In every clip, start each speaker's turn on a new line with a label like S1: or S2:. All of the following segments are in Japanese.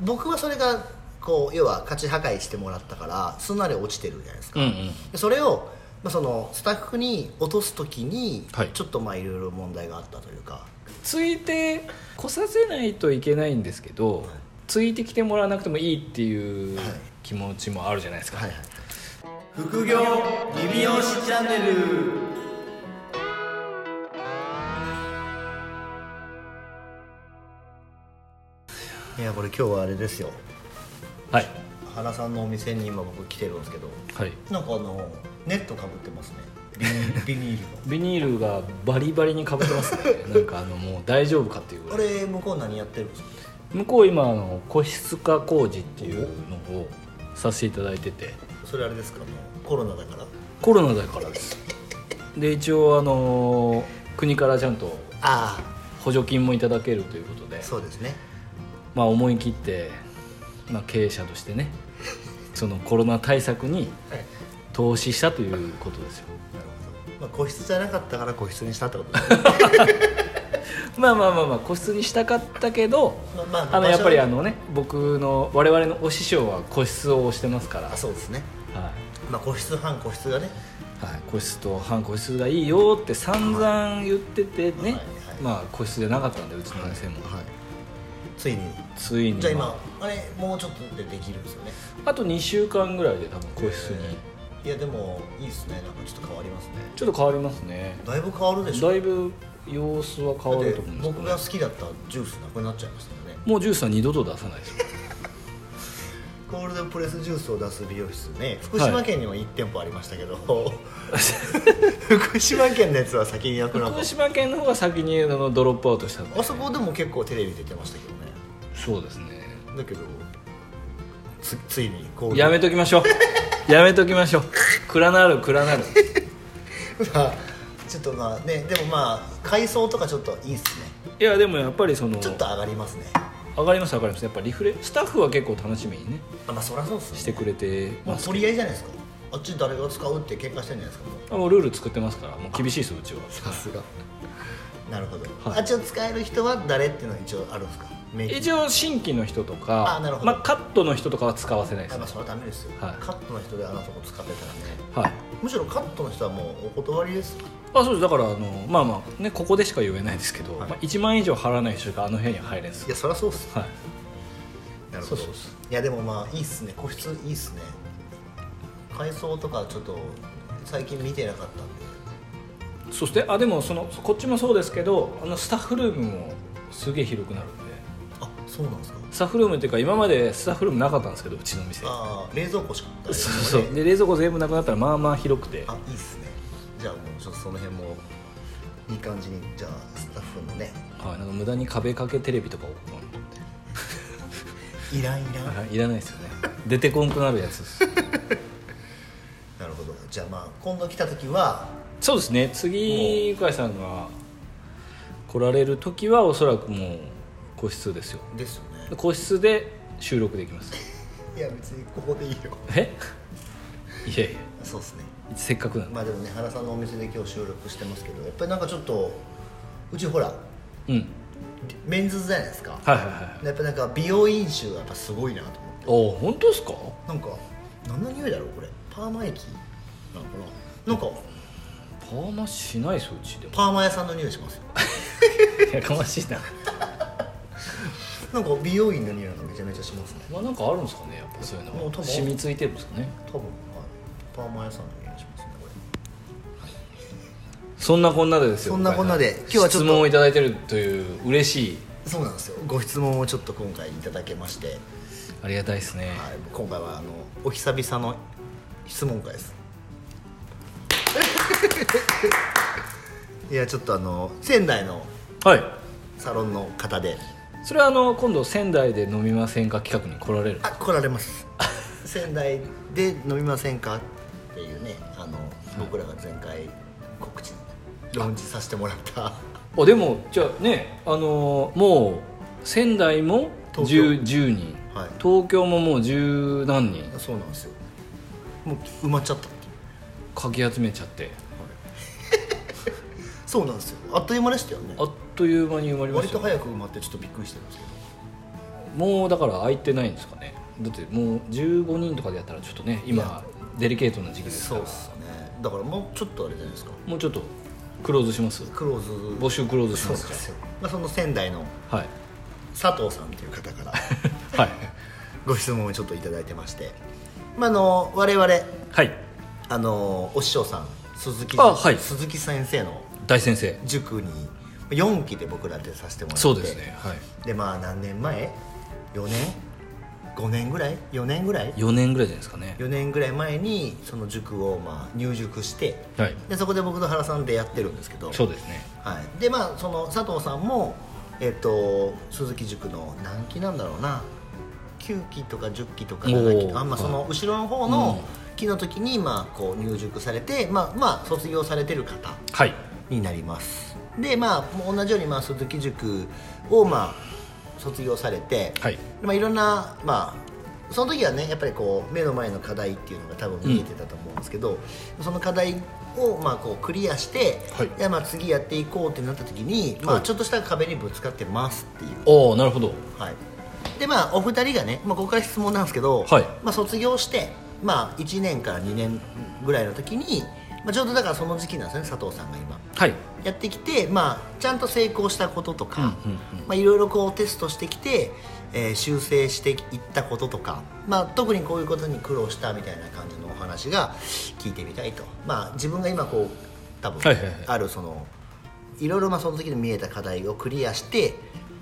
S1: 僕はそれがこう要は価値破壊してもらったからすんなり落ちてるじゃないですか、
S2: うんうん
S1: でそれを、まあ、そのスタッフに落とす時に、
S2: はい
S1: ちょっとまあいろいろ問題があったというか
S2: ついてこさせないといけないんですけど、ついてきてもらわなくてもいいっていう
S1: はい
S2: 気持ちもあるじゃないですか、
S1: はいはい
S3: 副業リビオシチャンネル
S1: いやこれ今日はあれですよ
S2: はい
S1: 原さんのお店に今僕来てるんですけど
S2: はい
S1: なんかあのネットかぶってますね ビニールの
S2: ビニールがバリバリにかぶってますね なんかあのもう大丈夫かっていうぐ
S1: あ
S2: らい
S1: れ向こう何やってるんですか
S2: 向こう今あの個室化工事っていうのをさせていただいてて
S1: それあれですかもうコロナだから
S2: コロナだからですで一応あの国からちゃんと
S1: あ
S2: 補助金もいただけるということで
S1: あそうですね
S2: まあ、思い切って、まあ、経営者としてねそのコロナ対策に
S1: はい
S2: 投資したということですよ
S1: なるほど、まあ、個室じゃなかったから個室にしたってこと ですね
S2: まあまあまあまあ個室にしたかったけど
S1: まあまあ
S2: あのやっぱり
S1: 場所は
S2: あのね僕の我々のお師匠は個室を推してますから、は
S1: あそうですね
S2: いは
S1: まあ個室半個室がね
S2: い、個室と半個室がいいよって散々言ってて
S1: はい
S2: ね、
S1: はい
S2: まあ個室じゃなかったんでうちのお店も、
S1: はいついに
S2: ついに、
S1: じゃあ
S2: ま
S1: 今あれもうちょっとでできるんですよね
S2: ああと2週間ぐらいで多分個室に
S1: いやでもいいですねなんかちょっと変わりますね
S2: ちょっと変わりますね
S1: だいぶ変わるでしょ
S2: だいぶ様子は変わると思うんですけ
S1: だっ
S2: どね
S1: て僕が好きだったジュースなくなっちゃいましたよね
S2: もうジュースは二度と出さない ですよ
S1: コールドプレスジュースを出す美容室ね福島県にも1店舗ありましたけど、 福島県のやつは先になくなった
S2: 福島県の方が先にあのドロップアウトしたんで
S1: あそこでも結構テレビ出てましたけどね
S2: そうですね
S1: だけどつついにコールド
S2: やめときましょうやめときましょう暗なる暗なる
S1: まあ ちょっとまあねでもまあ改装とかちょっといいっすね
S2: いやでもやっぱりその
S1: ちょっと上がりますね
S2: 上がります上がりますやっぱリフレスタッフは結構楽しみにね
S1: あまあそりゃそうっすね
S2: してくれて
S1: もう
S2: ます
S1: 取り合いじゃないですかあっち誰が使うって喧嘩してんじゃないですかもう
S2: あもうルール作ってますからもう厳しいですうちは
S1: さすがなるほど、
S2: はい
S1: あっちを使える人は誰っていうのは一応あるんですか名義
S2: 一応新規の人とか
S1: あなるほど
S2: まあ、カットの人とかは使わせないで
S1: あ
S2: す、
S1: まあそれはダメですよ、
S2: はい
S1: カットの人であのとこ使ってたらね
S2: はい
S1: むしろカットの人はもうお断りです
S2: あそうですだからあのまあまあねここでしか言えないですけど、
S1: はい
S2: まあ、1万円以上払わない人があの部屋には入れんです
S1: いやそりゃそうっす
S2: はい
S1: なるほど
S2: そうそうそ
S1: いやでもまあいいっすね個室いいっすね改装とかちょっと最近見てなかったんで
S2: そしてあでもそのこっちもそうですけどあのスタッフルームもすげえ広くなるんで
S1: あそうなんですか
S2: スタッフルームっていうか今までスタッフルームなかったんですけどうちの店そ
S1: ああ冷蔵庫しか
S2: う
S1: そう
S2: そうで冷蔵庫全部なくなったらまあまあ広くて
S1: あいいっすねじゃあもうちょっとその辺もいい感じにじゃあスタッフのね
S2: はい、なんか無駄に壁掛けテレビとか置こうかなと思って
S1: いらんいらん、
S2: はいいらないですよね出てこんくなるやつです
S1: なるほどじゃあまあ今度来た時は
S2: そうですね次向井さんが来られる時はおそらくもう個室ですよ
S1: ですよね
S2: 個室で収録できます
S1: いや別にここでいいよ
S2: え いやいや
S1: そうですね
S2: せっかくなんで、
S1: まあでもね原さんのお店で今日収録してますけどやっぱりなんかちょっとうちほら
S2: うん
S1: メンズじゃないですか、
S2: はいはいはい
S1: やっぱなんか美容院臭がやっぱすごいなと思って
S2: お本当ですか
S1: なんか何の匂いだろうこれパーマ液なのかななんか
S2: パーマしないですうちでも
S1: パーマ屋さんの匂いしますよ
S2: やかましいな
S1: なんか美容院の匂いがめちゃめちゃしますね
S2: まあなんかあるんですかねやっぱそういう
S1: も
S2: の
S1: う
S2: が
S1: 多分
S2: 染みついてるんですかね
S1: 多分はいパーマ屋さんの匂いしますねこれ
S2: そんなこんなでですよ
S1: そんなこんなで
S2: 今
S1: 今
S2: 日
S1: 日は
S2: は
S1: ちょっと
S2: 質問をいただいてるという嬉しい
S1: そうなんですよご質問をちょっと今回いただけまして、
S2: ありがたいですね
S1: はい、今回はあのお久々の質問会ですいやちょっとあの仙台の
S2: はい
S1: サロンの方で
S2: それはあの今度仙台で飲みませんか企画に来られる
S1: あ来られます仙台で飲みませんかっていうねあの僕らが前回告知ローンチさせてもらった
S2: あでもじゃあねあのーもう仙台も
S1: 東京
S2: 10, 10人、
S1: はい
S2: 東京ももう十何人
S1: そうなんですよもう埋まっちゃったっていう
S2: かき集めちゃって
S1: そうなんですよあっという間でしたよね
S2: あっという間に埋まりま
S1: 割
S2: した
S1: と
S2: ね
S1: 早く埋まってちょっとびっくりしてるんですけど
S2: もうだから空いてないんですかねだってもう15人とかでやったらちょっとね
S1: いや
S2: 今デリケートな時期ですか
S1: そう
S2: ら
S1: っすねだからもうちょっとあれじゃないですか
S2: もうちょっとクローズします
S1: クローズ
S2: 募集クローズし
S1: そう
S2: ま
S1: ですす
S2: か
S1: よ、まあ、その仙台の
S2: はい
S1: 佐藤さんという方から
S2: はい
S1: ご質問をちょっと頂いただいてまして、まあ、あの我々
S2: はい
S1: あのお師匠さん鈴木
S2: あはい
S1: 鈴木先生の
S2: 大先生
S1: 塾に4期で僕ら出させてもらって
S2: そうですねはい
S1: でまあ何年前4年5年ぐらい4年ぐらい
S2: 4年ぐらいじゃないですかね
S1: 4年ぐらい前にその塾をまあ入塾して
S2: はい
S1: でそこで僕と原さんでやってるんですけど
S2: そうですね
S1: はい、でまあその佐藤さんも、えっと鈴木塾の何期なんだろうな9期とか10期とか
S2: お
S1: 7
S2: ー
S1: 期とかあんまあその
S2: は
S1: 後ろの方の期の時に、まあ、こう入塾されて、まあ、まあ卒業されてる方
S2: はい
S1: になりますでまあもう同じように、まあ、鈴木塾を、まあ、卒業されて、
S2: はい
S1: まあ、いろんな、まあ、その時はねやっぱりこう目の前の課題っていうのが多分見えてたと思うんですけど、その課題をまあこうクリアして、
S2: はい
S1: やまあ次やっていこうってなった時に、ま
S2: は
S1: あ、
S2: い
S1: ちょっとした壁にぶつかってますっていう。
S2: おおなるほど
S1: はい、でまあお二人がね、まあ、ここから質問なんですけど、
S2: はい
S1: まあ、卒業して、まあ、1年から2年ぐらいの時に、まあ、ちょうどだからその時期なんですね佐藤さんが今。
S2: はい
S1: やってきて、まあ、ちゃんと成功したこととか
S2: うんうん
S1: まあいろいろこうテストしてきて、えー修正していったこととか、まあ、特にこういうことに苦労したみたいな感じのお話が聞いてみたいと、まあ、自分が今こう多分
S2: はいはいはい
S1: あるその、いろいろまあその時に見えた課題をクリアして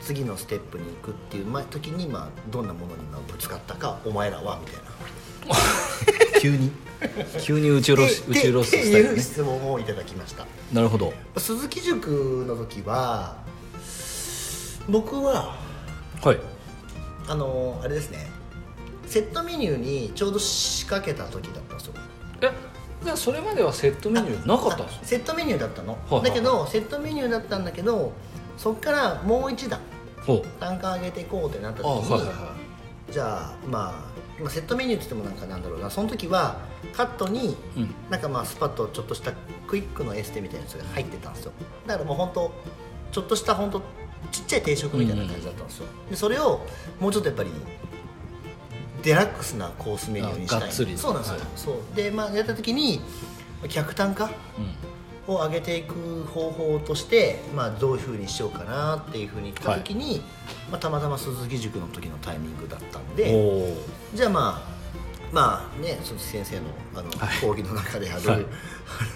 S1: 次のステップに行くっていうまあ時にまあどんなものにまあぶつかったかお前らはみたいな。
S2: 急に急に打ち下ろし
S1: で
S2: 打ち下ろす
S1: で
S2: スタイ
S1: っ
S2: ル
S1: ていう
S2: ね
S1: 質問をいただきました。
S2: なるほど
S1: 鈴木塾の時は僕は
S2: はい
S1: あのあれですねセットメニューにちょうど仕掛けた時だったんですよ
S2: えじゃあそれまではセットメニューなかったんです
S1: あセットメニューだったの、
S2: はい
S1: だけどセットメニューだったんだけどそっからもう一段
S2: ほう
S1: 単価上げていこうってなった時
S2: あはい
S1: に、
S2: はいは
S1: じゃあまあまあセットメニューって言ってもなんかなんだろうなその時はカットに
S2: いうん
S1: なんかまあスパッとちょっとしたクイックのエステみたいなやつが入ってたんですよだからもう本当ちょっとした本当ちっちゃい定食みたいな感じだったんですよ、でそれをもうちょっとやっぱりデラックスなコースメニューにしたい
S2: あがっつり
S1: そうなんですよ、
S2: はい
S1: そうでまあやった時に客単価
S2: うん
S1: を上げていく方法として、まあ、どういうふうにしようかなっていうふうに言った時に、まあ、たまたま鈴木塾の時のタイミングだったんで
S2: おー
S1: じゃあまあまあね鈴木先生のあの、
S2: はい
S1: 講義の中である、
S2: はい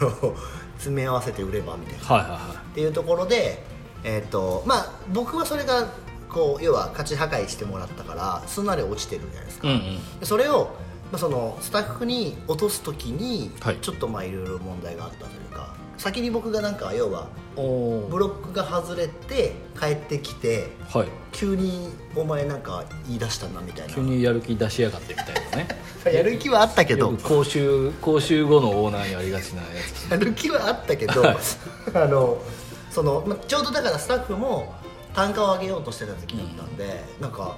S1: あの詰め合わせて売ればみたいなっ
S2: はいはいは
S1: ていうところでえっ、とまあ僕はそれがこう要は価値破壊してもらったからすんなり落ちてるじゃないですか、
S2: いうんうん
S1: でそれを、まあ、そのスタッフに落とす時に、
S2: はい
S1: ちょっとまあいろいろ問題があったというか先に僕がなんか要は
S2: お
S1: ブロックが外れて帰ってきて
S2: はい
S1: 急に「お前なんか言い出したな」みたいな
S2: 急にやる気出しやがってみたいな ね
S1: やる気はあったけ
S2: よ
S1: ど
S2: く講習講習後のオーナーにありがちなやつ
S1: やる気はあったけど、
S2: はい
S1: あのそのまちょうどだからスタッフも単価を上げようとしてた時だったんで、なんか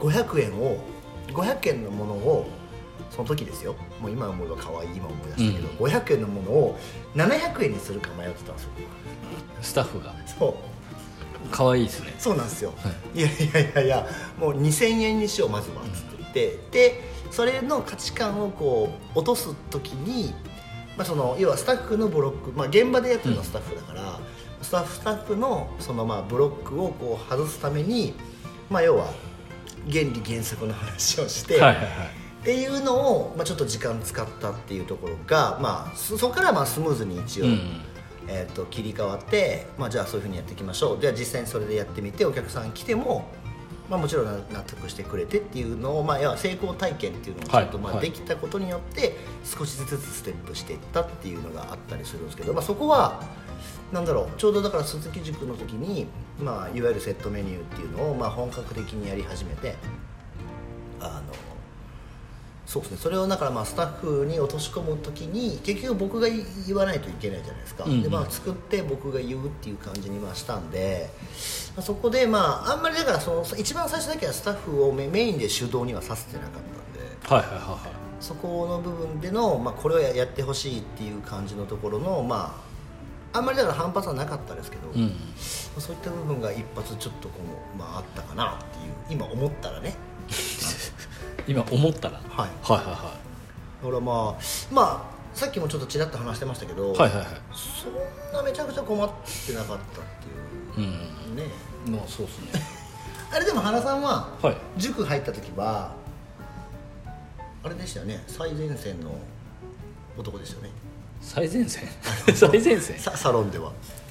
S1: 500円を500円のものをその時ですよもう今思えば可愛い今思い出したけど、500円のものを700円にするか迷ってたんですよ
S2: スタッフが
S1: そう
S2: 可愛いですね
S1: そうなんですよ、、
S2: はい
S1: やいやいやいやもう2000円にしようまずはっつって言って、でそれの価値観をこう落とす時に、まあ、その要はスタッフのブロック、まあ、現場でやってるのはスタッフだから、スタッフスタッフのそのまあブロックをこう外すために、まあ、要は原理原則の話をして。
S2: はいはいはい
S1: っていうのを、まあ、ちょっと時間使ったっていうところが、まあ、そそこからまあスムーズに一応、
S2: うん
S1: えー、と切り替わって、まあ、じゃあそういうふうにやっていきましょうでは実際にそれでやってみてお客さん来ても、まあ、もちろんな納得してくれてっていうのを、まあ、要は成功体験っていうのをちょ
S2: はい
S1: っとまあ
S2: はい
S1: できたことによって少しずつステップしていったっていうのがあったりするんですけど、まあ、そこはなんだろうちょうどだから鈴木塾の時に、まあ、いわゆるセットメニューっていうのをまあ本格的にやり始めてあのそうですねそれをだからまあスタッフに落とし込む時に結局僕が言わないといけないじゃないですか、
S2: うんうん
S1: でまあ作って僕が言うっていう感じにまあしたんでまあそこでまああんまりだからその一番最初だけはスタッフをメメインで主導にはさせてなかったんで
S2: はいはいはい
S1: そこの部分での、まあ、これをややってほしいっていう感じのところのまああんまりだから反発はなかったですけど、
S2: う
S1: ま
S2: ん
S1: あそういった部分が一発ちょっとこの、まあ、あったかなっていう今思ったらね
S2: 今思ったら、
S1: はい
S2: はいは
S1: ほらまあまあさっきもちょっとちらっと話してましたけど、
S2: いはいはいはいはい
S1: そんなめちゃくちゃ困ってなかったって
S2: うん
S1: いうね
S2: まあそうですね
S1: あれでも原さんは
S2: はい
S1: 塾入った時はあれでしたよね最前線の男ですよね
S2: 最前 線最前線
S1: さサロンでは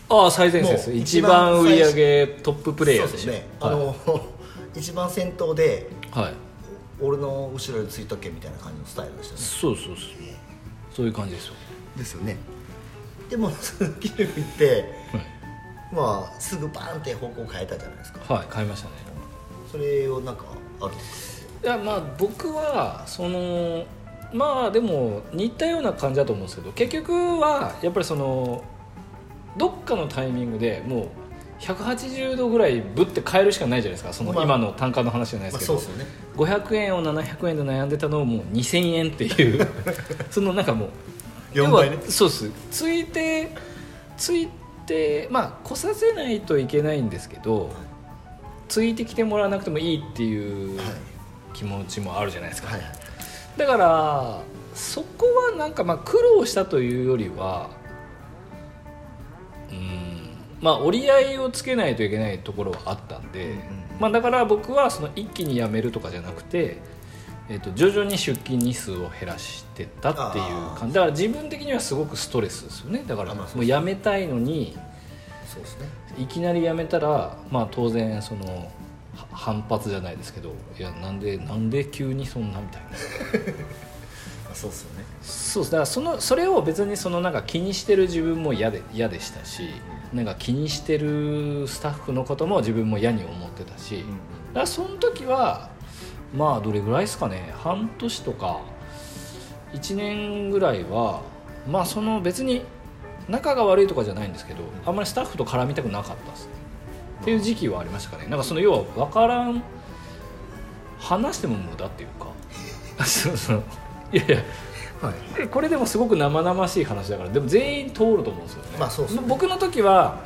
S2: ああ最前線で
S1: も
S2: す
S1: う
S2: 一番売り上
S1: 一
S2: げトッププレイヤー
S1: そ
S2: で
S1: う
S2: し
S1: す
S2: ょ
S1: ねあ
S2: はい
S1: の、 一番先頭で
S2: はい、
S1: 俺の後ろについとけみたいな感じのスタイルでしたよね
S2: そうそうそうそういう感じですよ、
S1: ですよねでも鈴木ルフィって
S2: はい
S1: まあすぐバーンって方向変えたじゃないですか
S2: はい、買いましたね
S1: それをなんかあるんです
S2: いやまあ僕はそのまあでも似たような感じだと思うんですけど結局はやっぱりそのどっかのタイミングでもう180度ぐらいぶって変えるしかないじゃないですかその
S1: まあ
S2: 今の単価の話じゃない
S1: か、
S2: で
S1: まあ、
S2: すけ
S1: そ
S2: ど、
S1: うですよね
S2: 500円を700円で悩んでたのをもう2000円っていう そのなんかもう
S1: 4倍ね
S2: 要はそうっすついてついてまあ来させないといけないんですけどついてきてもらわなくてもいいっていう
S1: はい
S2: 気持ちもあるじゃないですか、
S1: はいはい
S2: だからそこはなんかまあ苦労したというよりはうんまあ折り合いをつけないといけないところはあったんで、
S1: うんうん
S2: まあ、だから僕はその一気にやめるとかじゃなくて、えっと徐々に出勤日数を減らしてたっていう感じだから自分的にはすごくストレスですよねだから
S1: あ
S2: も
S1: まあそうそう
S2: うやめたいのに
S1: そうですね
S2: いきなりやめたら、まあ、当然そのは反発じゃないですけどいやなんでなんで急にそんなみたいな。
S1: あそうですよね
S2: そうですだからそのそれを別にそのなんか気にしてる自分も嫌で嫌でしたしなんか気にしてるスタッフのことも自分も嫌に思ってたし、だからその時はまあどれぐらいですかね半年とか1年ぐらいはまあその別に仲が悪いとかじゃないんですけどあんまりスタッフと絡みたくなかったですねっていう時期はありましたかねなんかその要は分からん話しても無駄っていうかそうそういやいや
S1: はい
S2: これでもすごく生々しい話だからでも全員通ると思うんですよね,、
S1: まあそうっすね
S2: 僕の時は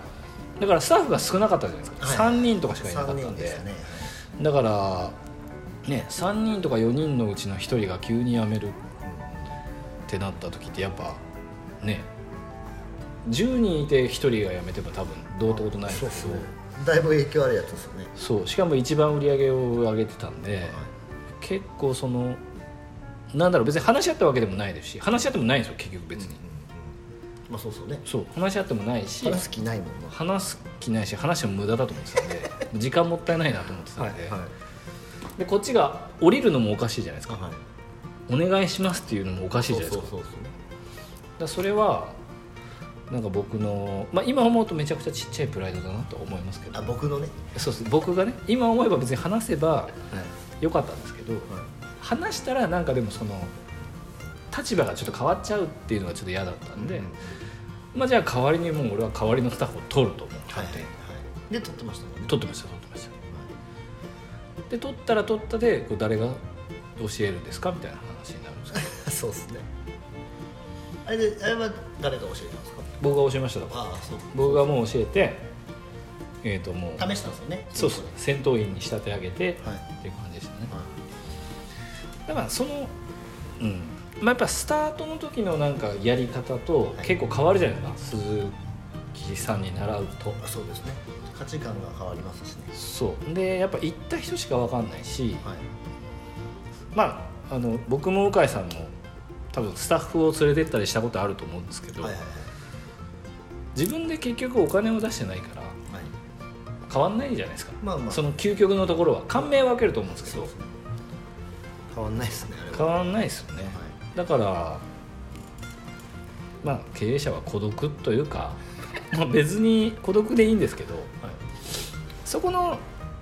S2: だからスタッフが少なかったじゃないですか、
S1: はい
S2: 3人とかしかいなか
S1: 3
S2: った
S1: 人
S2: んで
S1: でしたね
S2: だから、ね、3人とか4人のうちの1人が急に辞めるってなった時ってやっぱね10人いて1人が辞めても多分どうってことないんですけど
S1: そうっすねだいぶ影響あるやつですよね
S2: そうしかも一番売り上げを上げてたんで、結構そのなんだろう別に話し合ったわけでもないですし話し合ってもないんですよ結局別に、
S1: まあそうですよね
S2: そう話し合ってもないし
S1: 話す気ないもんな
S2: 話す気ないし話しても無駄だと思ってたんで時間もったいないなと思ってたんで,、でこっちが降りるのもおかしいじゃないですか、
S1: はい
S2: お願いしますっていうのもおかしいじゃないですか
S1: そうそうそう
S2: だからそれはなんか僕の、まあ、今思うとめちゃくちゃちっちゃいプライドだなと思いますけ
S1: あ
S2: ど
S1: 僕のね
S2: そうです僕がね今思えば別に話せば
S1: はい
S2: よかったんですけど話したらなんかでもその立場がちょっと変わっちゃうっていうのがちょっと嫌だったんで、
S1: うん
S2: まあ、じゃあ代わりにもう俺は代わりのスタッフを取ると思う、
S1: はいはいで撮ってましたもんね
S2: 取ってました取ってましたで取ったら取ったでこう誰が教えるんですかみたいな話になるんですけど
S1: そうですねあれであれは誰が教えたんですか
S2: 僕が教えましただから
S1: ああそう
S2: 僕がもう教えてえっ、ともう
S1: 試したんですよね
S2: そうそう戦闘員に仕立て上げて、
S1: はい
S2: っていう感じでしたね
S1: は
S2: だからそのうんまあやっぱスタートの時のなんかやり方と
S1: はい
S2: 結構変わるじゃないですか、鈴木さんに習うと
S1: いそうですね価値観が変わりますしね
S2: そうでやっぱ行った人しか分かんないし、
S1: はい
S2: まあ、あの僕も向井さんも多分スタッフを連れてったりしたことあると思うんですけど、
S1: はいはい
S2: 自分で結局お金を出してないから
S1: はい
S2: 変わんないじゃないですか、
S1: まあまあ
S2: その究極のところは感銘は受けると思うんですけ
S1: そうです
S2: ど
S1: ね変わんないですねあれ
S2: 変
S1: は
S2: わんないですよね、だからまあ経営者は孤独というか、 まあ、別に孤独でいいんですけど
S1: はい
S2: そこの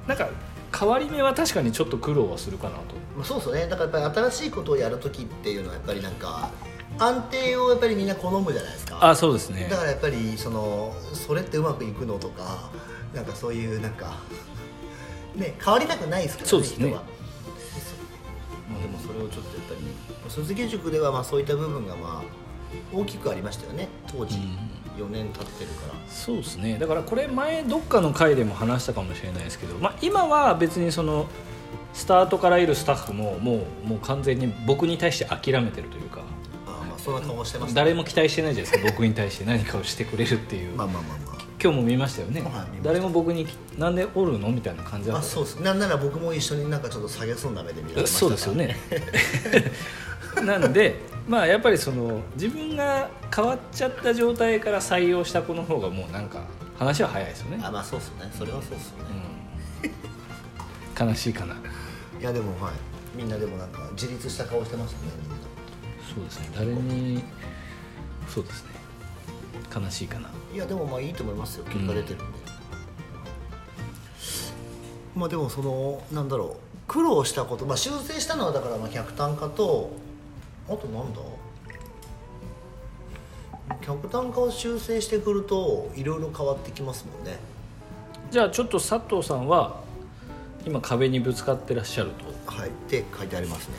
S2: なんか変わり目は確かにちょっと苦労はするかなと
S1: まあ、そうですよねだからやっぱり新しいことをやるときっていうのはやっぱりなんか安定をやっぱりみんな好むじゃないですか
S2: あそうですね
S1: だからやっぱりそのそれってうまくいくのとかなんかそういうなんかね変わりたくないですからね
S2: そうですね
S1: 人はまあ、でもそれをちょっとやっぱり鈴木塾ではまあそういった部分がまあ大きくありましたよね当時、
S2: うん
S1: 4年経ってるから
S2: そうですねだからこれ前どっかの回でも話したかもしれないですけど、まあ、今は別にそのスタートからいるスタッフももうもう完全に僕に対して諦めてるというか
S1: ああまあそんな顔してますね
S2: 誰も期待してないじゃないですか僕に対して何かをしてくれるっていう、
S1: まあまあまあまあ
S2: 今日も見ましたよね、
S1: はい見ました
S2: 誰も僕に「なんでおるの?」みたいな感じだ
S1: あ
S2: った
S1: そうですなんなら僕も一緒になんかちょっと下げそうな目で見られました
S2: そうですよね なんでまあやっぱりその自分が変わっちゃった状態から採用した子の方がもうなんか話は早いですよね、
S1: あまあそうっすねそれはそうっすよね、
S2: うん悲しいかない
S1: やでもはいみんなでもなんか自立した顔してましたねみんな
S2: そうですね誰にそうですね悲しいかない
S1: やでもまあいいと思いますよ結果出てるんで、まあでもそのなんだろう苦労したこと、まあ、修正したのはだからまあ客単価とあとなんだ客単価を修正してくるといろいろ変わってきますもんね
S2: じゃあちょっと佐藤さんは今壁にぶつかってらっしゃると
S1: はいって書いてありますね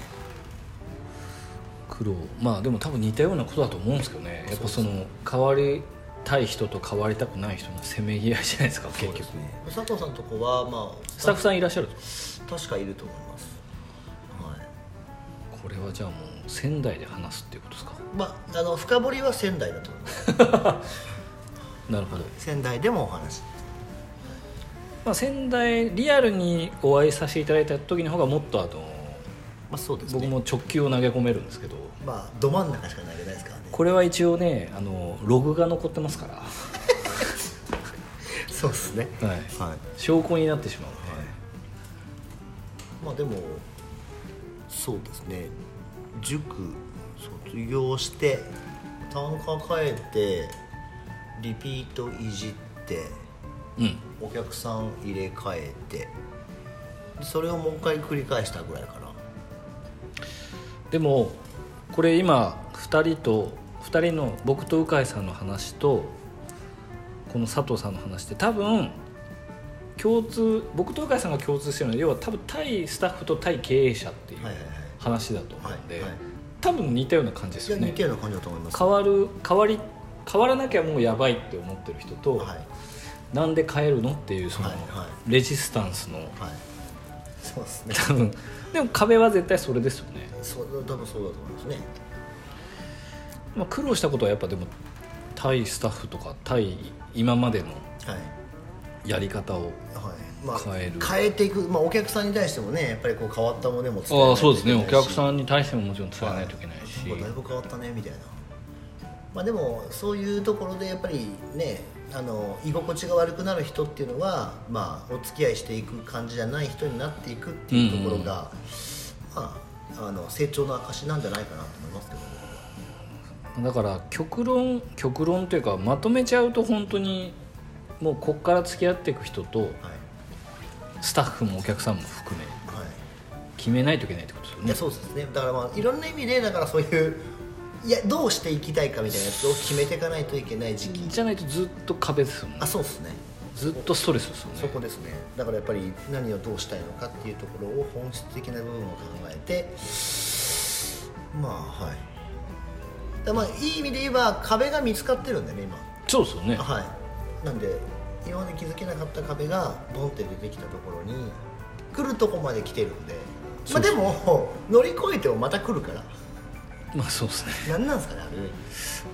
S2: 苦労まあでも多分似たようなことだと思うんですけどねやっぱその変わりたい人と変わりたくない人のせめぎ合いじゃないですか結局
S1: 佐藤さんとこはまあ
S2: スタッフさんいらっしゃると
S1: 確かいると思います、はい
S2: これはじゃあもう仙台で話すっていうことですか
S1: まあ、あの深掘りは仙台だと思います
S2: なるほど、
S1: 仙台でもお話
S2: まあ、仙台リアルにお会いさせていただいた時の方がもっとあの
S1: まあそうですね
S2: 僕も直球を投げ込めるんですけど
S1: まあど真ん中しか投げないですからね
S2: これは一応ねあのログが残ってますか
S1: そうですね
S2: ら、はい、
S1: はい、
S2: 証拠になってしまうので、
S1: まあでもそうですね塾卒業して単価変えてリピートいじって
S2: うん
S1: お客さん入れ替えてそれをもう一回繰り返したぐらいかな
S2: でもこれ今2人と2人の僕と鵜飼さんの話とこの佐藤さんの話って多分共通僕と鵜飼さんが共通してるのは要は多分対スタッフと対経営者っていう
S1: はいはいはい
S2: 話だと思うんで、
S1: はいはい
S2: 多分似たような感じです
S1: じゃ
S2: よ
S1: あ似
S2: ね
S1: てるような感じだと思います
S2: 変わる変わり変わらなきゃもうやばいって思ってる人と、
S1: はい
S2: なんで変えるのっていうその
S1: はいは
S2: レジスタンスの、
S1: はいそうですね
S2: 多分でも壁は絶対それですよね、
S1: そう多分そうだと思いますね
S2: まあ、苦労したことはやっぱでも対スタッフとか対今までの
S1: はい
S2: やり方を
S1: はいまあ、
S2: 変える
S1: 変えていく、まあ、お客さんに対してもねやっぱりこう変わったものも伝え
S2: ああそうですねお客
S1: ん
S2: さんに対してももちろん伝えないといけないし、
S1: だいぶ変わったねみたいな、まあ、でもそういうところでやっぱりねあの居心地が悪くなる人っていうのは、まあ、お付き合いしていく感じじゃない人になっていくっていうところが、まあ、あの成長の証なんじゃないかなと思いますけどね
S2: だから極論極論というかまとめちゃうと本当にもうこっから付き合っていく人と
S1: はい
S2: スタッフもお客さんも含め
S1: はい
S2: 決めないといけないってことです
S1: い
S2: よね
S1: やそうですねだからまあいろんな意味でだからそういういやどうしていきたいかみたいなやつを決めていかないといけない時期
S2: じゃないとずっと壁ですよね
S1: あそうですね
S2: ずっとストレスですよ
S1: そ
S2: ね
S1: こですねだからやっぱり何をどうしたいのかっていうところを本質的な部分を考えてまあはいだからまあいい意味で言えば壁が見つかってるんだよね今
S2: そうですよね
S1: はいなんで今まで気づけなかった壁がボンって出てきたところに来るとこまで来てるんでまあでも乗り越えてもまた来るから
S2: まあそうですね
S1: 何なんですかねあれ、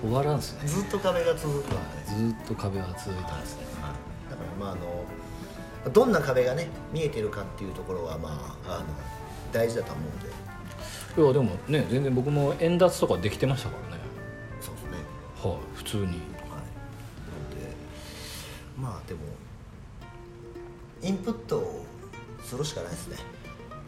S2: 終わらんですね
S1: ずっと壁が続くのね
S2: ずっと壁は続いたんですね
S1: だからまああのどんな壁がね見えてるかっていうところはまああの大事だと思うんで
S2: いやでもね全然僕も円脱とかできてましたからね
S1: そうですね
S2: はい普通に
S1: はいなのでまあでもインプットをするしかないですね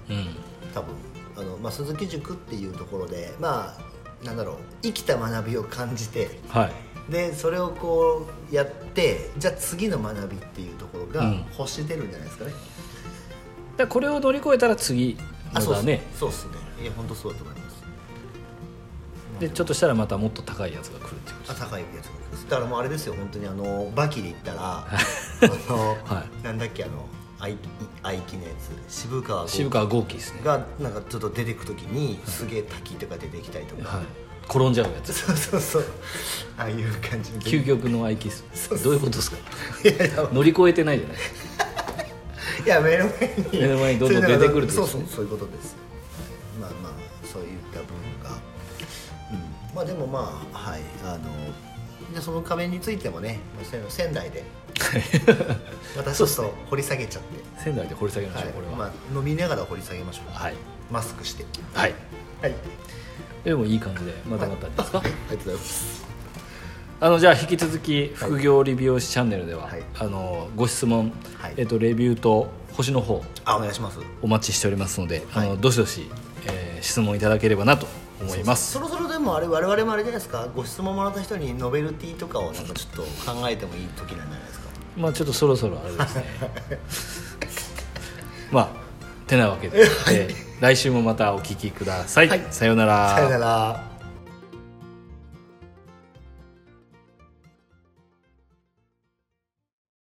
S2: うん
S1: 多分あの、まあ、鈴木塾っていうところでまあなんだろう生きた学びを感じて
S2: はい
S1: でそれをこうやってじゃあ次の学びっていうところ
S2: う
S1: が
S2: ん
S1: 星出るんじゃないですかね、
S2: だからこれを乗り越えたら次
S1: あ
S2: ま
S1: そうっ
S2: だ
S1: す
S2: ね
S1: そうっすねいや本当そうだと思います
S2: でちょっとしたらまたもっと高いやつが来るっていうこと
S1: あ
S2: です
S1: 高いやつなんですだからもうあれですよ本当にあのバキで言った らあの、
S2: は
S1: なんだっけあのあいあいきのやつ渋川剛
S2: 渋川豪輝ですね
S1: がなんかちょっと出てく時にすげえ滝とか出てきたりとか、
S2: はい転んじゃうや つ
S1: そうそうそうああいう感じみたい
S2: 究極のアイキス
S1: そうそう
S2: どういうことですか
S1: ないやいや
S2: 乗り越えてないじゃない
S1: いや目の前に
S2: 目の前にどんどん出てくるってことです
S1: そ
S2: ね
S1: うそうそういうことですまあまあそういった部分が、うん、まあでもまあはいあのでその仮面についてもねもう仙仙台 で私ち
S2: そ
S1: ょ
S2: うで
S1: っ
S2: すね
S1: と掘り下げちゃって、
S2: 仙台で掘り下げましょう、
S1: はい
S2: これは、
S1: まあ、飲みながら掘り下げましょう、
S2: はい
S1: マスクして
S2: はい
S1: はい
S2: でもいい感じでまとまったんじゃないですか、
S1: ありがとうございます
S2: あのじゃあ引き続き副業理美容師チャンネルでは、
S1: はい
S2: あのご質問、
S1: はい
S2: えっとレビューと星の方
S1: あお願いします
S2: お待ちしておりますので、
S1: はい
S2: あのどしどし、えー質問いただければなと思います
S1: そろそろでもあれ我々もあれじゃないですかご質問もらった人にノベルティとかをなんかちょっと考えてもいい時なんじゃないですか
S2: まあちょっとそろそろあれで すねまあてなわけで、えー来週もまたお聞きください、
S1: はい
S2: さようなら
S1: さよなら